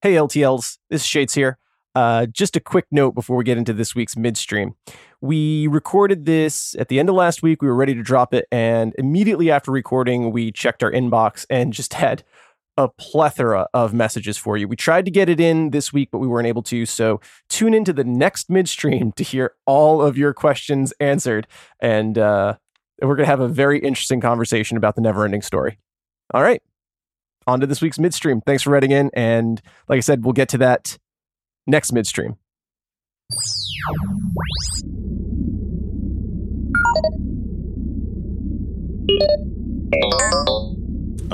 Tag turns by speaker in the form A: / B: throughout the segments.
A: Hey, LTLs, this is Shades here. Uh, just a quick note before we get into this week's midstream. We recorded this at the end of last week. We were ready to drop it. And immediately after recording, we checked our inbox and just had a plethora of messages for you. We tried to get it in this week, but we weren't able to. So tune into the next midstream to hear all of your questions answered. And uh, we're going to have a very interesting conversation about the never ending story. All right. On to this week's midstream. Thanks for writing in. And like I said, we'll get to that next midstream.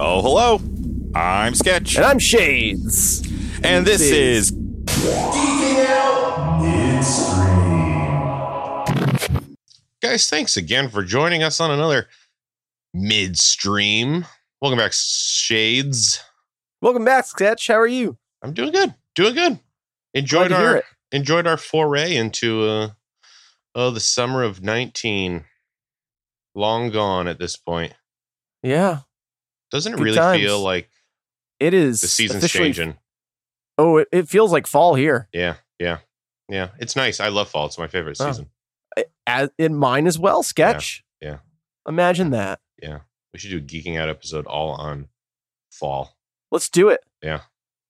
B: Oh, hello. I'm Sketch.
A: And I'm Shades.
B: And this is. Guys, thanks again for joining us on another midstream. Welcome back, Shades.
A: Welcome back, Sketch. How are you?
B: I'm doing good. Doing good. Enjoyed
A: Glad to hear
B: our
A: it.
B: enjoyed our foray into uh oh the summer of 19. Long gone at this point.
A: Yeah,
B: Doesn't it
A: Good
B: really
A: times.
B: feel like
A: it is.
B: the season's
A: officially-
B: changing?
A: Oh, it, it feels like fall here.
B: Yeah, yeah. Yeah. It's nice. I love fall. It's my favorite
A: Oh.
B: season.
A: As in mine as well, Sketch.
B: yeah.
A: Imagine that.
B: We should do a geeking out episode all on fall.
A: Let's do it.
B: Yeah.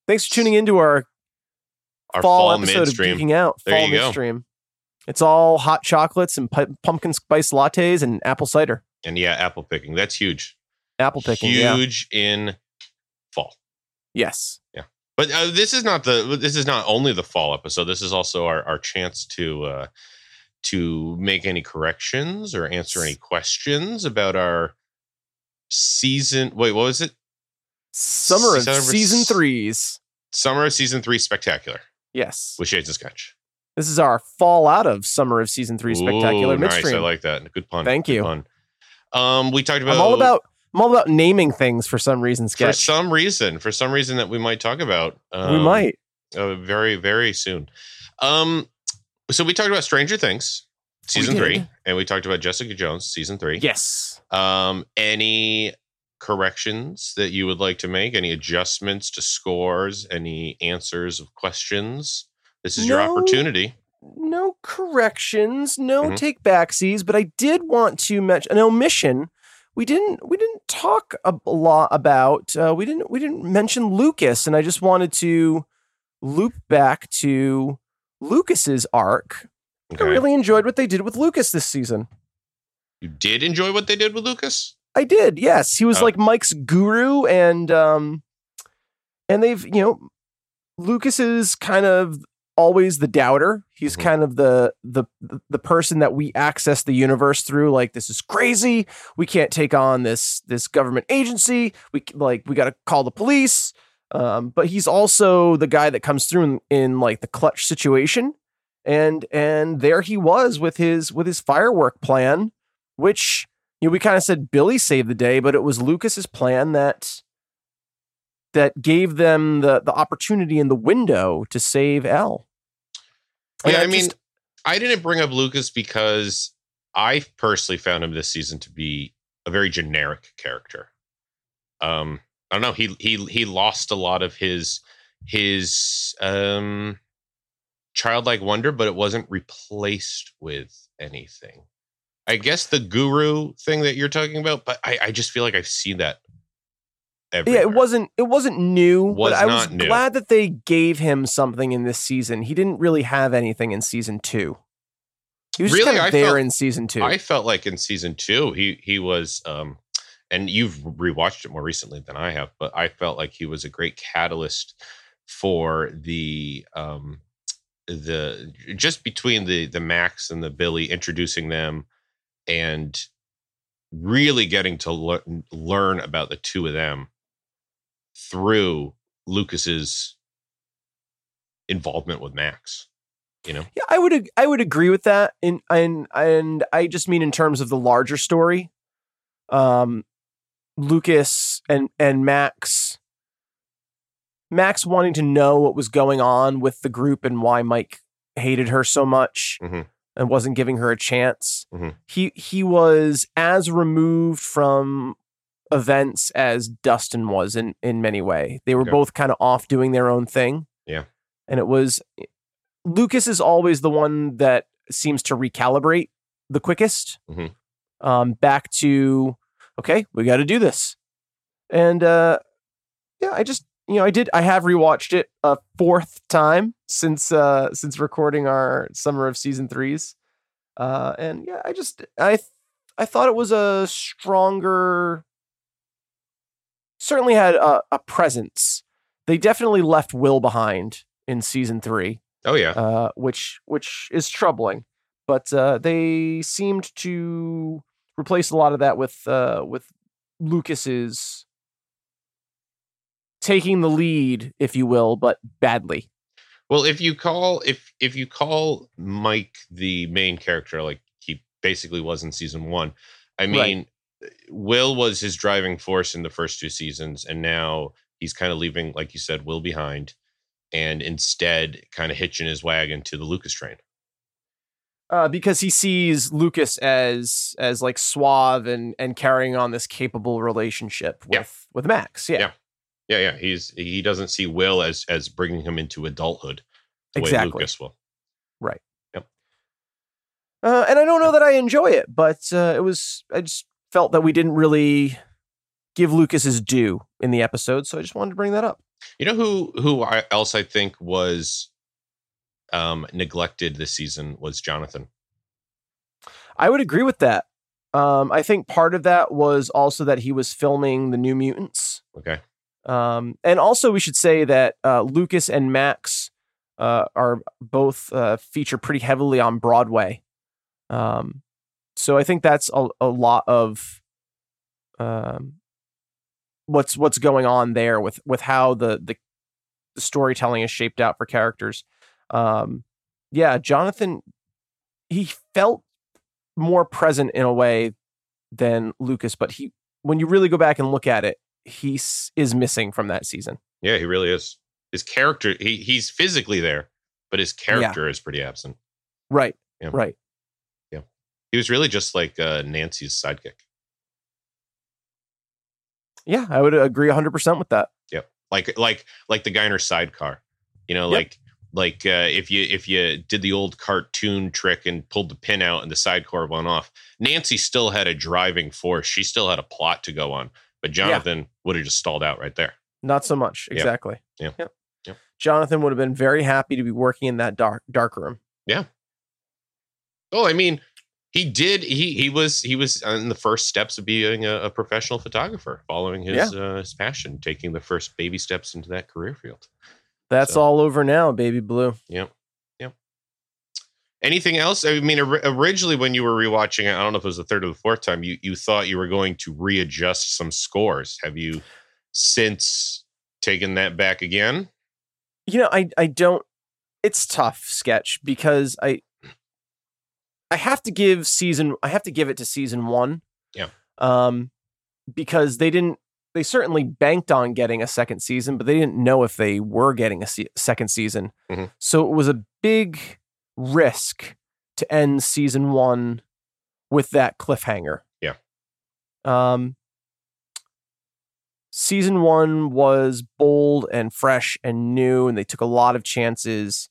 A: Thanks for tuning into our,
B: Our
A: fall,
B: fall,
A: episode
B: midstream.
A: of Geeking Out.
B: There
A: fall
B: you go.
A: midstream. It's all hot chocolates and pi- pumpkin spice lattes and apple cider.
B: and yeah, apple picking. That's huge.
A: Apple picking. Yeah.
B: Huge in fall.
A: Yes.
B: But uh, this is not the this is not only the fall episode. This is also our, our chance to uh to make any corrections or answer any questions about our season wait, what was it?
A: Summer of
B: Summer-
A: season threes.
B: Summer of season three spectacular
A: Yes.
B: with Shades and Sketch.
A: This is our fallout of summer of season three spectacular
B: Ooh,
A: midstream.
B: Nice. I like that. Good pun.
A: Thank
B: Good
A: you.
B: Pun. Um, we talked about
A: I'm all about I'm all about naming things for some reason,
B: for
A: Sketch.
B: some reason, for some reason that we might talk about.
A: we
B: um,
A: might.
B: uh, very very soon. Um, so we talked about Stranger Things season
A: Oh, did.
B: three, and we talked about Jessica Jones season three.
A: Yes.
B: Um, any corrections that you would like to make? Any adjustments to scores? Any answers of questions? This is your
A: No.
B: opportunity.
A: No corrections, no
B: Mhm.
A: take backsies, but I did want to mention an omission. We didn't we didn't talk a a lot about uh, we didn't we didn't mention Lucas, and I just wanted to loop back to Lucas's arc.
B: Okay.
A: I really enjoyed what they did with Lucas this season.
B: You did enjoy what they did with Lucas.
A: I did. Yes, he was
B: Oh.
A: like Mike's guru, and um, and they've you know, Lucas is kind of always the doubter. He's
B: Mhm.
A: kind of the the the person that we access the universe through. Like this is crazy. We can't take on this this government agency. We c- like we got to call the police. Um, but he's also the guy that comes through in, in like the clutch situation. And and there he was with his with his firework plan, which you know, we kind of said Billy saved the day, but it was Lucas's plan that that gave them the the opportunity in the window to save L. And
B: Yeah, I
A: just-
B: mean, I didn't bring up Lucas because I personally found him this season to be a very generic character. Um, I don't know. He he he lost a lot of his his um childlike wonder, but it wasn't replaced with anything. I guess the guru thing that you're talking about, but I, I just feel like I've seen that.
A: yeah,
B: Everywhere.
A: it wasn't it wasn't new,
B: Was
A: but I was
B: not new.
A: glad that they gave him something in this season. He didn't really have anything in season two. He was just
B: Really?
A: kind of
B: I
A: there
B: felt-
A: in season two.
B: I felt like in season two, he he was, um, and you've rewatched it more recently than I have, but I felt like he was a great catalyst for the um, the just between the the Max and the Billy introducing them and really getting to lear- learn about the two of them through Lucas's involvement with Max. You know,
A: Yeah, I would ag- I would agree with that, and and and I just mean in terms of the larger story. Um, Lucas and and Max, Max wanting to know what was going on with the group and why Mike hated her so much
B: Mhm.
A: and wasn't giving her a chance.
B: Mhm.
A: He he was as removed from events as Dustin was in in many way. They were
B: Okay.
A: both kind of off doing their own thing.
B: Yeah.
A: And it was Lucas is always the one that seems to recalibrate the quickest
B: Mhm.
A: um, back to, okay, we got to do this. And uh, yeah, I just, you know, I did, I have rewatched it a fourth time since, uh, since recording our summer of season threes. Uh, and yeah, I just, I, th- I thought it was a stronger, certainly had a, a presence. They definitely left Will behind in season three
B: Oh yeah.
A: uh, which which is troubling. But uh, they seemed to replace a lot of that with uh, with Lucas's taking the lead, if you will, but badly.
B: Well, if you call if if you call Mike the main character, like he basically was in season one, I
A: Right.
B: mean, eh, Will was his driving force in the first two seasons, and now he's kind of leaving, like you said, Will behind, and instead kind of hitching his wagon to the Lucas train.
A: Uh, because he sees Lucas as as like suave and and carrying on this capable relationship with
B: Yeah.
A: with Max. Yeah,
B: Yeah. Yeah, yeah. He's he doesn't see Will as as bringing him into adulthood the way
A: exactly.
B: Lucas will.
A: Uh, and I don't know that I enjoy it, but uh, it was I just felt that we didn't really give Lucas his due in the episode, so I just wanted to bring that up.
B: You know who who I, else I think was um neglected this season was Jonathan.
A: I would agree with that. Um, I think part of that was also that he was filming the New Mutants,
B: Okay.
A: um, and also we should say that uh, Lucas and Max uh, are both uh, feature pretty heavily on Broadway. Um, so I think that's a, a lot of um, what's what's going on there with with how the the, the storytelling is shaped out for characters. Um, yeah, Jonathan, he felt more present in a way than Lucas, but he when you really go back and look at it, he s- is missing from that season.
B: Yeah, he really is. His character, he he's physically there, but his character is pretty absent.
A: Right.
B: Yeah.
A: Right.
B: He was really just like uh, Nancy's sidekick.
A: Yeah, I would agree 100% with that.
B: like like like the guy in her sidecar you know
A: Yep.
B: like like uh, if you if you did the old cartoon trick and pulled the pin out and the sidecar went off nancy still had a driving force she still had a plot to go on but jonathan would have just stalled out right there
A: Not so much.
B: Yeah.
A: Exactly.
B: Yeah.
A: Yep.
B: Yeah.
A: Jonathan would have been very happy to be working in that dark dark room.
B: oh i mean he did he he was he was on the first steps of being a, a professional photographer following his uh, his passion taking the first baby steps into that career field
A: That's
B: So-
A: all over now, baby blue.
B: Yep. Yep. Anything else? I mean, ori- originally when you were rewatching it, I don't know if it was the third or the fourth time, you, you thought you were going to readjust some scores. Have you since taken that back again?
A: You know, I I don't it's tough sketch because I I have to give season I have to give it to season 1.
B: Yeah.
A: Um because they didn't they certainly banked on getting a second season, but they didn't know if they were getting a se- second season.
B: Mhm.
A: So it was a big risk to end season 1 with that cliffhanger.
B: Yeah.
A: Um season one was bold and fresh and new, and they took a lot of chances.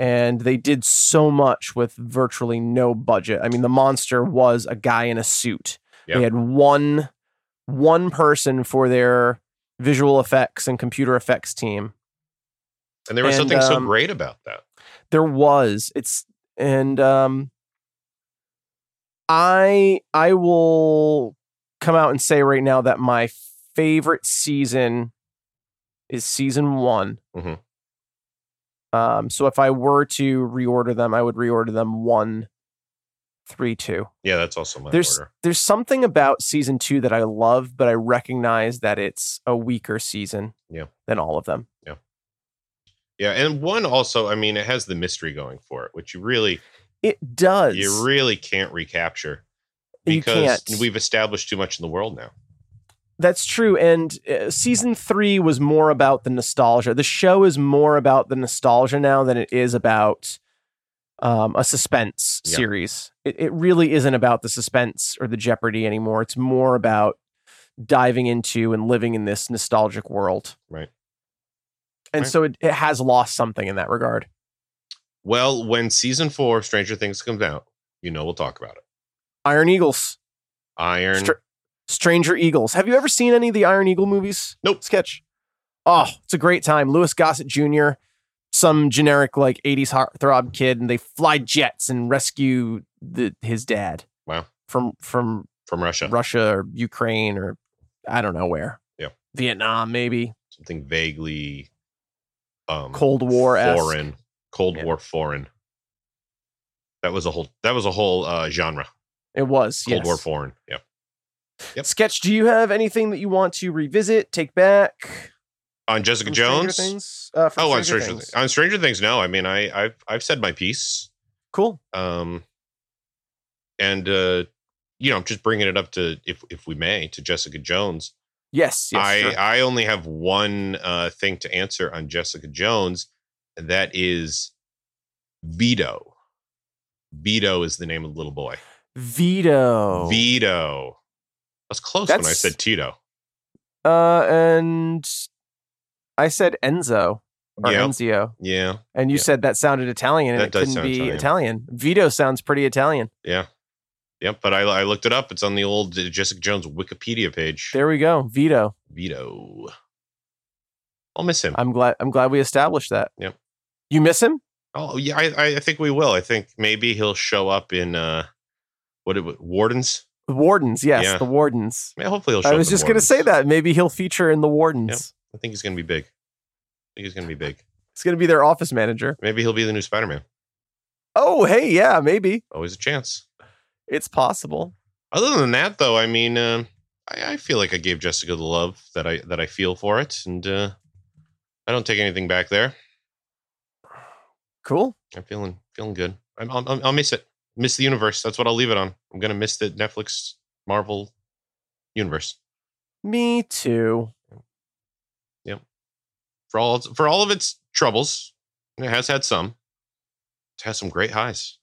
A: And they did so much with virtually no budget. I mean, the monster was a guy in a suit.
B: Yeah.
A: They had one one person for their visual effects and computer effects team.
B: And there was
A: And,
B: something so
A: um,
B: great about that.
A: There was it's and um I I will come out and say right now that my favorite season is season one.
B: Mhm.
A: Um, so if I were to reorder them, I would reorder them one, three, two.
B: Yeah, that's also my
A: There's
B: order.
A: there's something about season two that I love, but I recognize that it's a weaker season
B: Yeah.
A: than all of them.
B: Yeah, and one also, I mean, it has the mystery going for it, which you really
A: It does.
B: you really can't recapture
A: You
B: because
A: can't.
B: we've established too much in the world now.
A: That's true. And uh, season three was more about the nostalgia. The show is more about the nostalgia now than it is about um, a suspense
B: Yeah.
A: series. It, it really isn't about the suspense or the jeopardy anymore. It's more about diving into and living in this nostalgic world. and
B: Right.
A: so it, it has lost something in that regard.
B: Well, when season four of Stranger Things comes out, you know we'll talk about it.
A: Iron Eagles,
B: Iron.
A: Str- Stranger Eagles. Have you ever seen any of the Iron Eagle movies?
B: Nope.
A: Sketch. Oh, it's a great time. Lewis Gossett Jr., some generic like '80s heartthrob kid, and they fly jets and rescue the, his dad.
B: Wow.
A: From from
B: from Russia.
A: Russia or Ukraine or I don't know where.
B: Yeah.
A: Vietnam maybe.
B: Something vaguely um
A: Cold War esque.
B: foreign. Cold
A: Yeah.
B: War foreign. That was a whole that was a whole uh genre.
A: It was
B: Cold
A: yes.
B: War foreign. Yeah. Yep.
A: Sketch. Do you have anything that you want to revisit, take back?
B: On Jessica
A: from Stranger
B: Jones.
A: Things? Uh, from
B: Oh, on
A: Stranger
B: Stranger
A: Things.
B: Things. on Stranger Things, no. I mean I I've I've said my piece.
A: Cool.
B: Um and uh you know, I'm just bringing it up to if if we may to Jessica Jones.
A: Yes. yes
B: I,
A: sure.
B: I only have one uh, thing to answer on Jessica Jones. and That is Vito. Vito is the name of the little boy.
A: Vito.
B: Vito. I was close when I
A: Oh. That's-
B: said Tito.
A: uh, and I said Enzo or
B: Yeah.
A: Enzio,
B: Yeah.
A: and you
B: Yeah.
A: said that sounded Italian, and
B: That
A: it
B: does
A: couldn't
B: sound
A: be
B: Italian.
A: Italian. Vito sounds pretty Italian.
B: Yeah. Yep. But I, I looked it up. It's on the old Jessica Jones Wikipedia page.
A: There we go. Vito.
B: Vito. I'll miss him.
A: I'm glad. I'm glad we established that.
B: Yep.
A: You miss him?
B: oh, yeah. I, I- I think we will. I think maybe he'll show up in uh, what it was, Wardens.
A: The Wardens, yes,
B: Yeah.
A: the Wardens.
B: Yeah, hopefully he'll show
A: I
B: up
A: was
B: in
A: just going to
B: Wardens.
A: say that maybe he'll feature in the Wardens.
B: I think he's going to be big. I think he's going to be big.
A: He's going to be their office manager.
B: Maybe he'll be the new Spider Man.
A: Oh, hey, yeah, maybe
B: Always a chance.
A: it's possible.
B: Other than that, though, I mean, um I, I feel like I gave Jessica the love that I that I feel for it, and uh, I don't take anything back there.
A: Cool.
B: I'm feeling feeling good. I'm, I'll, I'll- I'll miss it. Miss the universe. That's what I'll leave it on. I'm going to miss the Netflix Marvel universe
A: Me too.
B: for all for all of its troubles. and It has had some. It has some great highs,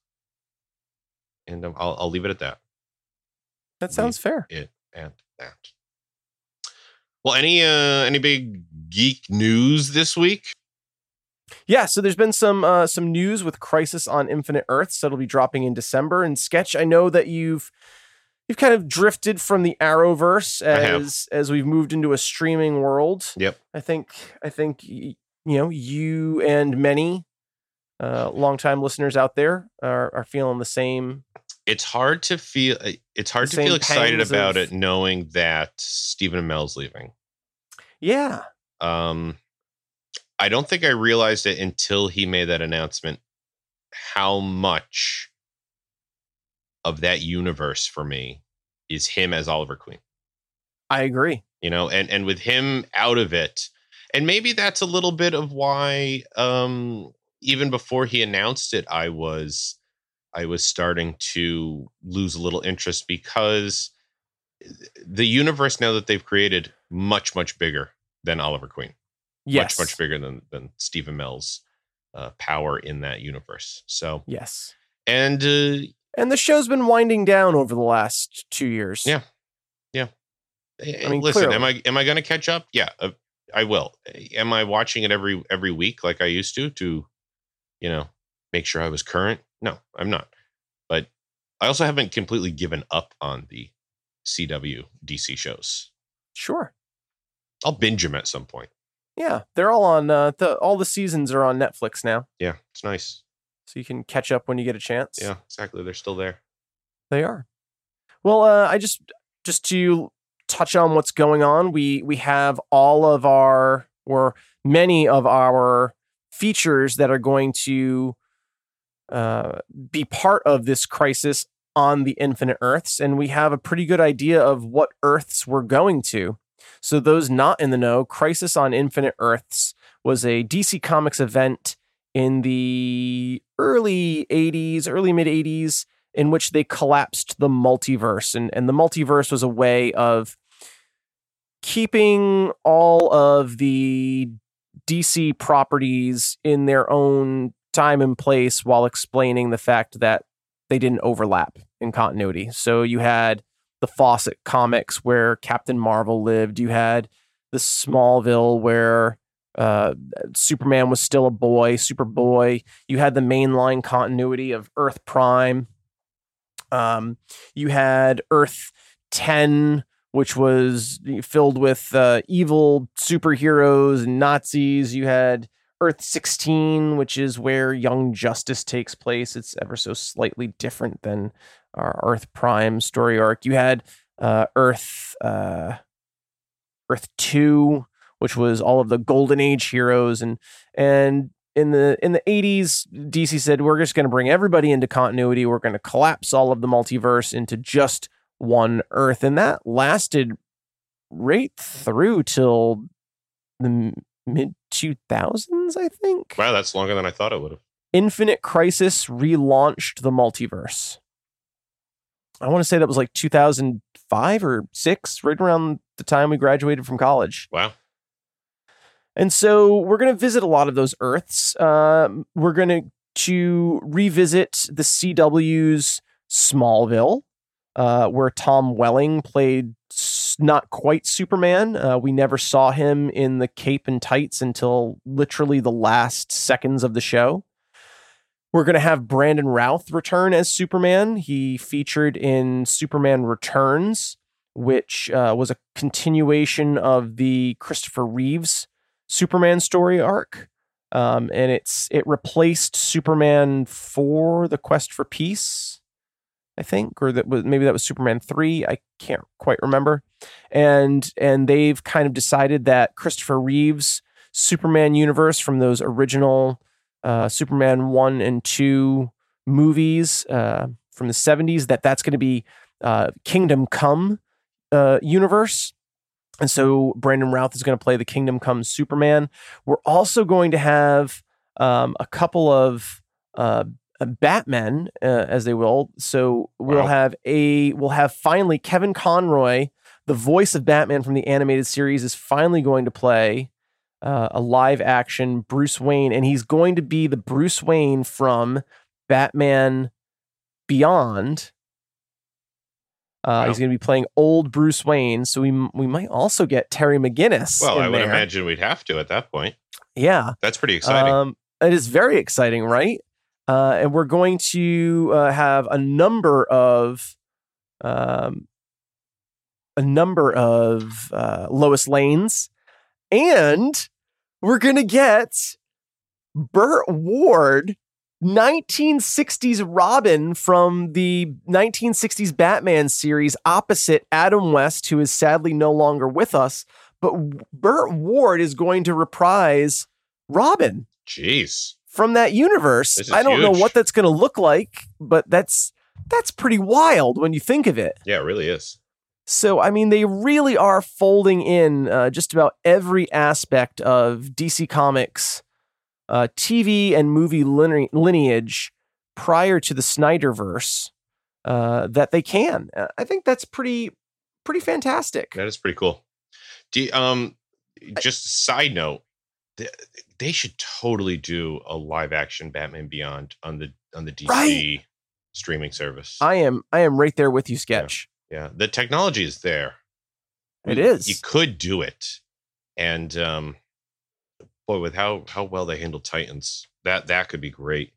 B: and um, I'll, I'll leave it at that.
A: That sounds fair.
B: it and that. Well, any uh any big geek news this week?
A: Yeah. So there's been some uh, some news with Crisis on Infinite Earths that'll be dropping in December. And Sketch, I know that you've you've kind of drifted from the Arrowverse
B: have.
A: as as we've moved into a streaming world.
B: Yep.
A: I think I think y- you know you and many uh, longtime listeners out there are, are feeling the same.
B: It's hard to feel uh, it's hard
A: The
B: to feel
A: same
B: excited
A: pangs
B: about
A: of-
B: it knowing that Stephen Amell's leaving.
A: Yeah,
B: Um I don't think I realized it until he made that announcement how much of that universe for me is him as Oliver Queen.
A: I agree.
B: you know and and with him out of it and maybe that's a little bit of why um even before he announced it i was i was starting to lose a little interest because eh, the universe now that they've created much much bigger than oliver queen
A: Yes,
B: much much bigger than than stephen mel's uh, power in that universe so
A: Yes,
B: and uh,
A: and the show's been winding down over the last two years.
B: Yeah. I
A: mean,
B: mean, eh, listen,
A: clearly.
B: am I am I going to catch up? Yeah, uh, I will. Eh, Am I watching it every every week like I used to to, you know, make sure I was current? No, I'm not. But I also haven't completely given up on the CW DC shows.
A: sure.
B: I'll binge them at some point.
A: Yeah, they're all on. Uh, the, all the seasons are on Netflix now,
B: Yeah, it's nice.
A: so you can catch up when you get a chance.
B: Yeah, exactly. They're still there.
A: They are. Well, uh, I just just to touch on what's going on, we we have all of our or many of our features that are going to uh, be part of this crisis on the infinite earths and we have a pretty good idea of what earths we're going to so those not in the know crisis on infinite earths was a dc comics event in the early 80s early mid 80s in which they collapsed the multiverse. And, and the multiverse was a way of keeping all of the DC properties in their own time and place while explaining the fact that they didn't overlap in continuity. So you had the Fawcett comics where Captain Marvel lived, you had the Smallville where uh, Superman was still a boy, Superboy. You had the mainline continuity of Earth Prime. Um, you had Earth 10, which was filled with uh, evil superheroes and Nazis. You had Earth 16, which is where Young Justice takes place. It's ever so slightly different than our Earth Prime story arc. You had uh, Earth uh, Earth 2, which was all of the Golden Age heroes and and in the in the 80s DC said we're just going to bring everybody into continuity. We're going to collapse all of the multiverse into just one Earth and that lasted right through till the mid 2000s, I think.
B: Wow, that's longer than I thought it would have.
A: Infinite Crisis relaunched the multiverse. I want to say that was like 2005 or 6, right around the time we graduated from college.
B: Wow.
A: And so we're going to visit a lot of those Earths. Um, we're going to to revisit the CW's Smallville, uh, where Tom Welling played s- not quite Superman. Uh, we never saw him in the cape and tights until literally the last seconds of the show. We're going to have Brandon Routh return as Superman. He featured in Superman Returns, which uh, was a continuation of the Christopher Reeves Superman story arc. Um, and it's it replaced Superman 4, The Quest for Peace, I think, or that was maybe that was Superman 3. I can't quite remember. And and they've kind of decided that Christopher Reeves Superman universe from those original uh, Superman 1 and 2 movies uh, from the 70s that that's going to be uh, Kingdom Come uh, universe. And so Brandon Routh is going to play the Kingdom Come Superman. We're also going to have um, a couple of uh, Batmen, uh, as they will. So we'll
B: Wow.
A: have a we'll have finally Kevin Conroy, the voice of Batman from the animated series, is finally going to play uh, a live action Bruce Wayne, and he's going to be the Bruce Wayne from Batman Beyond. Uh,
B: Wow.
A: He's going to be playing old Bruce Wayne, so we we might also get Terry McGinnis.
B: Well,
A: in
B: I would
A: there.
B: imagine we'd have to at that point.
A: Yeah,
B: That's pretty exciting.
A: um, it is very exciting, right? Uh, and we're going to uh, have a number of, um, a number of uh, Lois Lanes, and we're gonna get Burt Ward. 1960s Robin from the 1960s Batman series opposite Adam West, who is sadly no longer with us. But Burt Ward is going to reprise Robin
B: Jeez.
A: from that universe.
B: This is
A: I don't know
B: huge.
A: what that's going to look like, but that's that's pretty wild when you think of it.
B: Yeah, it really is.
A: So I mean, they really are folding in uh, just about every aspect of DC Comics, uh, TV and movie line- lineage prior to the Snyderverse uh, that they can. Uh, I think that's pretty pretty fantastic.
B: That is pretty cool. Do you, um, just a side note, th- they should totally do a live action Batman Beyond on the on the DC
A: Right.
B: streaming service.
A: I am I am right there with you, Sketch.
B: yeah, the technology is there.
A: It
B: You-
A: is.
B: You could do it, and um, boy, with how how well they handle Titans, that that could be great.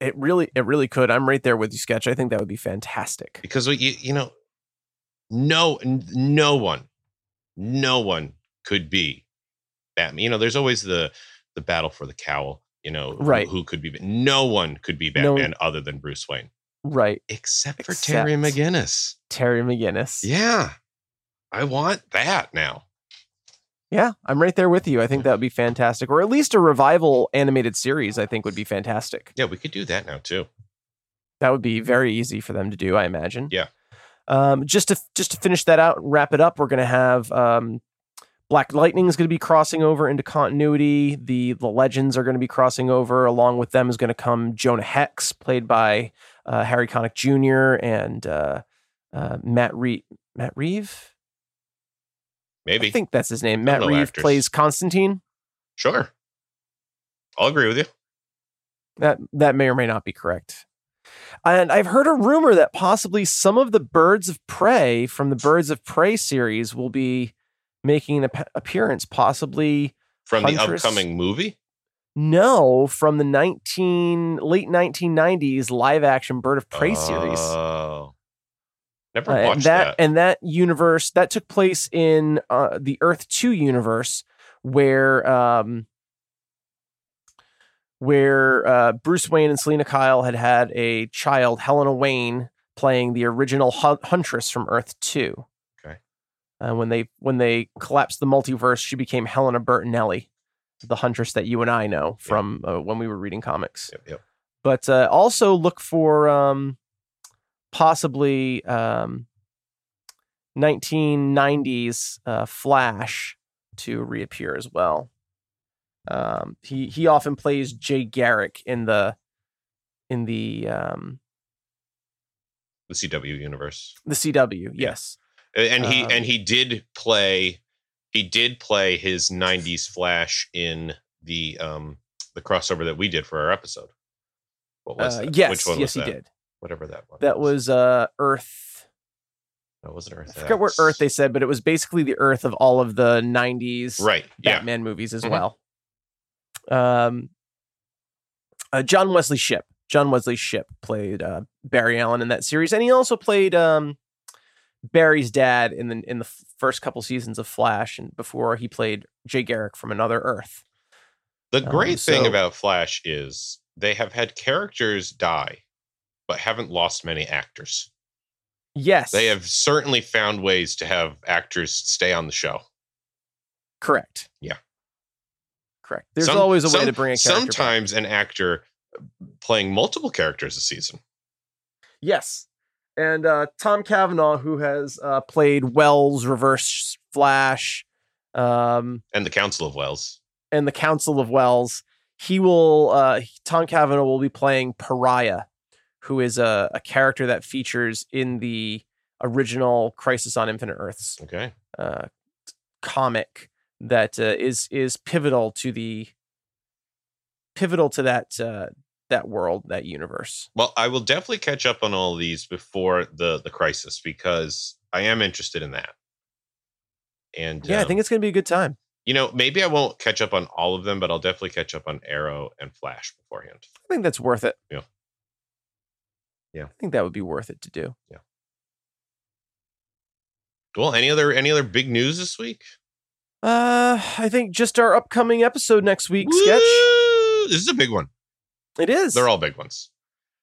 A: It really it really could. I'm right there with you, Sketch. I think that would be fantastic.
B: because what you you know no n- no one no one could be batman you know there's always the the battle for the cowl you know who-
A: Right.
B: who, could be no one could be
A: No-
B: batman other than bruce wayne
A: Right.
B: except for terry
A: Except-
B: mcginnis
A: Terry McGinnis.
B: yeah i want that now
A: Yeah, I'm right there with you. I think that would be fantastic, or at least a revival animated series. I think would be fantastic.
B: yeah we could do that now too
A: That would be very easy for them to do, I imagine.
B: Yeah.
A: Um, just to just to finish that out, and wrap it up. We're gonna have um, Black Lightning is gonna be crossing over into continuity. The the Legends are gonna be crossing over. Along with them is gonna come Jonah Hex, played by uh, Harry Connick Jr. and uh, uh, Matt Reeve. Matt Reeve.
B: maybe
A: I think that's his name. Matt
B: know
A: Reeve
B: actors.
A: plays Constantine.
B: sure i'll agree with you
A: That that may or may not be correct. And I've heard a rumor that possibly some of the birds of prey from the Birds of Prey series will be making an ap- appearance, possibly
B: from the
A: Huntress.
B: upcoming movie.
A: No, from the 19 late 1990s live action Bird of Prey series.
B: Oh, never
A: Uh, and
B: watched
A: that,
B: that.
A: and that universe that took place in uh, the Earth Two universe, where um, where uh, Bruce Wayne and Selena Kyle had had a child, Helena Wayne, playing the original hun- Huntress from Earth Two.
B: Okay.
A: Uh, when they when they collapsed the multiverse, she became Helena Bertinelli, the Huntress that you and I know from uh, when we were reading comics
B: Yep, yep.
A: but uh, also look for um, possibly um, 1990s uh, Flash to reappear as well. Um, he he often plays Jay Garrick in the in the um,
B: The CW universe.
A: the CW. Yes,
B: and he
A: Um,
B: and he did play he did play his 90s flash in the um the crossover that we did for our episode what was
A: uh,
B: that?
A: yes,
B: which one
A: yes,
B: was that
A: he did.
B: whatever that one
A: That was uh, Earth.
B: that wasn't earth
A: I forget where
B: X.
A: Earth they said, but it was basically the Earth of all of the 90s.
B: right yeah
A: Batman movies as
B: Mhm.
A: well. Um, uh, John Wesley Ship. John Wesley Ship played uh, Barry Allen in that series, and he also played um, Barry's dad in the in the f- first couple seasons of Flash, and before he played Jay Garrick from Another Earth.
B: the
A: Um,
B: great thing
A: so-
B: about flash is they have had characters die but haven't lost many actors
A: Yes,
B: they have certainly found ways to have actors stay on the show
A: correct.
B: Yeah.
A: correct. There's
B: Some-
A: always a way
B: some-
A: to bring a character. back.
B: sometimes an actor playing multiple characters a season
A: Yes. And uh, Tom Cavanaugh, who has uh, played Wells, Reverse Flash, um,
B: and the council of wells
A: and the Council of Wells, he will uh Tom Cavanaugh will be playing Pariah, who is a, a character that features in the original Crisis on Infinite Earths
B: okay
A: uh comic that uh, is is pivotal to the pivotal to that uh that world, that universe.
B: Well, I will definitely catch up on all these before the the crisis because I am interested in that. And um,
A: Yeah, I think it's going to be a good time.
B: you know maybe I won't catch up on all of them, but I'll definitely catch up on Arrow and Flash beforehand.
A: I think that's worth it.
B: Yeah. Yeah.
A: I think that would be worth it to do.
B: Cool. Any other any other big news this week?
A: Uh, I think just our upcoming episode next week sketch.
B: Woo! This is a big one.
A: It is.
B: They're all big ones,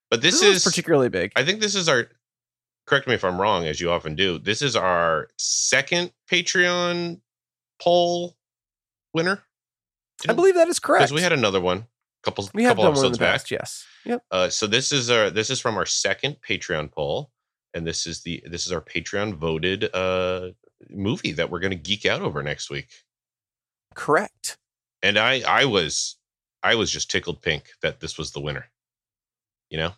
B: but this,
A: one's
B: is
A: particularly big.
B: I think this is our. Correct me if I'm wrong, as you often do. This is our second Patreon poll winner.
A: I believe that is correct.
B: because we had another one couple
A: we have
B: couple
A: done one in
B: episodes
A: the
B: back
A: past. Yes. Yep.
B: uh, so this is our this is from our second patreon poll and this is the this is our patreon voted uh movie that we're gonna geek out over next week
A: Correct.
B: and i i was i was just tickled pink that this was the winner you know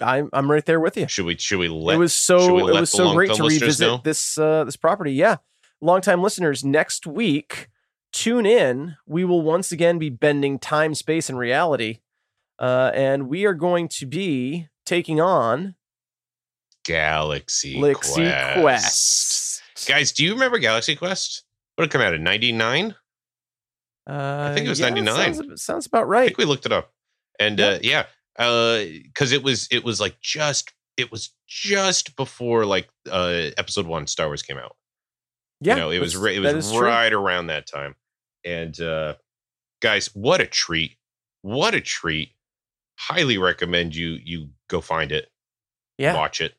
A: I'm I'm right there with you.
B: should we should we let
A: it was
B: should we
A: so it
B: let
A: was
B: the
A: so
B: long-term
A: great to
B: listeners
A: revisit
B: know?
A: this uh, this property. Yeah, longtime listeners, next week tune in. We will once again be bending time, space, and reality, uh, and we are going to be taking on
B: galaxy
A: Lixie
B: quest.
A: Quest.
B: guys do you remember galaxy quest what did it come out in 99
A: Uh,
B: think it was
A: yeah,
B: 99.
A: Sounds, sounds about
B: I
A: right.
B: think we looked it up. And
A: Yeah.
B: uh yeah, uh cuz it was it was like just it was just before like uh episode 1 Star Wars came out.
A: yeah,
B: you know, it was
A: that's-
B: ri- it
A: that
B: was
A: is true.
B: right around that time. And uh guys, what a treat. What a treat. Highly recommend you you go find it,
A: Yeah,
B: watch it.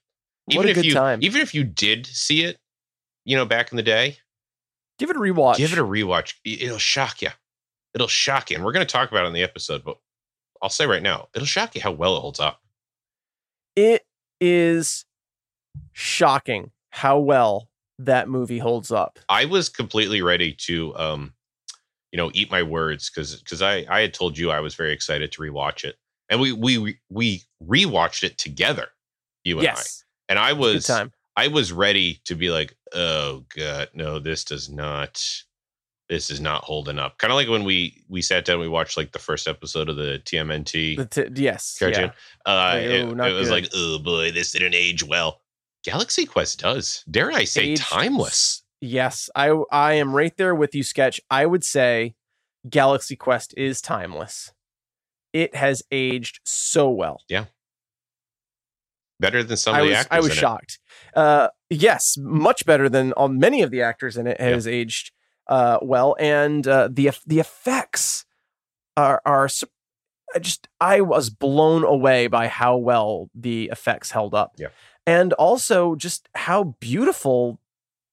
A: What a
B: if
A: good
B: you
A: time.
B: even if you did see it, you know, back in the day,
A: give it a rewatch.
B: give it a rewatch. I- It'll shock you. It'll shock you. And we're going to talk about it in the episode, but I'll say right now, it'll shock you how well it holds up.
A: it is shocking how well that movie holds up.
B: I was completely ready to, um, you know, eat my words because because I I had told you I was very excited to rewatch it, and we we we rewatched it together, you and
A: yes,
B: I, and I
A: it was a
B: was
A: good time.
B: I was ready to be like, oh god, no, this does not, this is not holding up. Kind of like when we we sat down, we watched like the first episode of the TMNT.
A: The t- yes,
B: cartoon.
A: yeah.
B: Uh,
A: Like,
B: it,
A: "Oh, not
B: it was
A: good."
B: like, oh boy, this didn't age well. Galaxy Quest does. Dare I say,
A: Aged
B: timeless?
A: Yes, I I am right there with you, Sketch. I would say Galaxy Quest is timeless. It has aged so well.
B: Better than some
A: I
B: of the
A: was
B: actors.
A: I was
B: in it.
A: shocked. Uh, yes, much better than all, many of the actors in it has aged uh, well, and uh, the eff- the effects are are su- I just I was blown away by how well the effects held up.
B: Yeah.
A: and also just how beautiful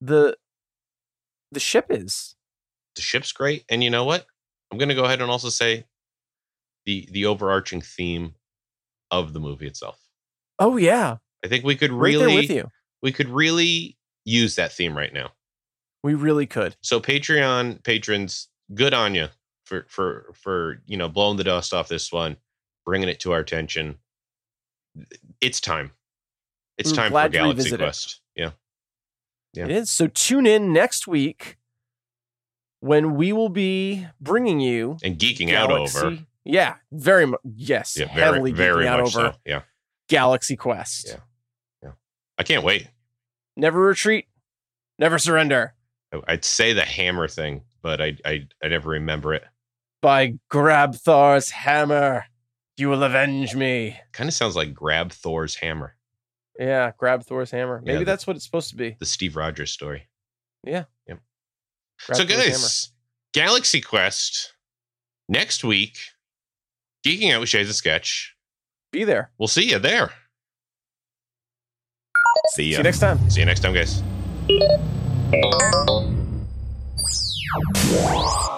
A: the the ship is.
B: The ship's great, and you know what? I'm going to go ahead and also say the the overarching theme of the movie itself.
A: Oh yeah,
B: I think we could
A: right
B: really
A: there with you.
B: we could really use that theme right now.
A: We really could.
B: So Patreon patrons, good on you for for for you know blowing the dust off this one, bringing it to our attention. It's time. It's
A: We're
B: time for
A: glad to
B: Galaxy
A: revisit it.
B: Quest. Yeah. Yeah.
A: It is. So tune in next week when we will be bringing you
B: And geeking out over.
A: Galaxy- Yeah, very much. Yes,
B: Yeah, very
A: heavily
B: very
A: geeking out
B: much
A: over
B: so. Yeah.
A: Galaxy Quest.
B: Yeah. I can't wait.
A: Never retreat, never surrender.
B: I- I'd say the hammer thing, but I I, I never remember it.
A: By grab Thor's hammer, you will avenge me.
B: Kind of sounds like grab Thor's hammer,
A: Yeah, grab Thor's hammer.
B: Yeah,
A: Maybe
B: the-
A: that's what it's supposed to be.
B: the Steve Rogers story.
A: Grab
B: so
A: Thor's hammer.
B: guys, Galaxy Quest next week, geeking out with Shades of Sketch.
A: be there.
B: We'll see you there. See
A: See you next time.
B: See you next time, guys.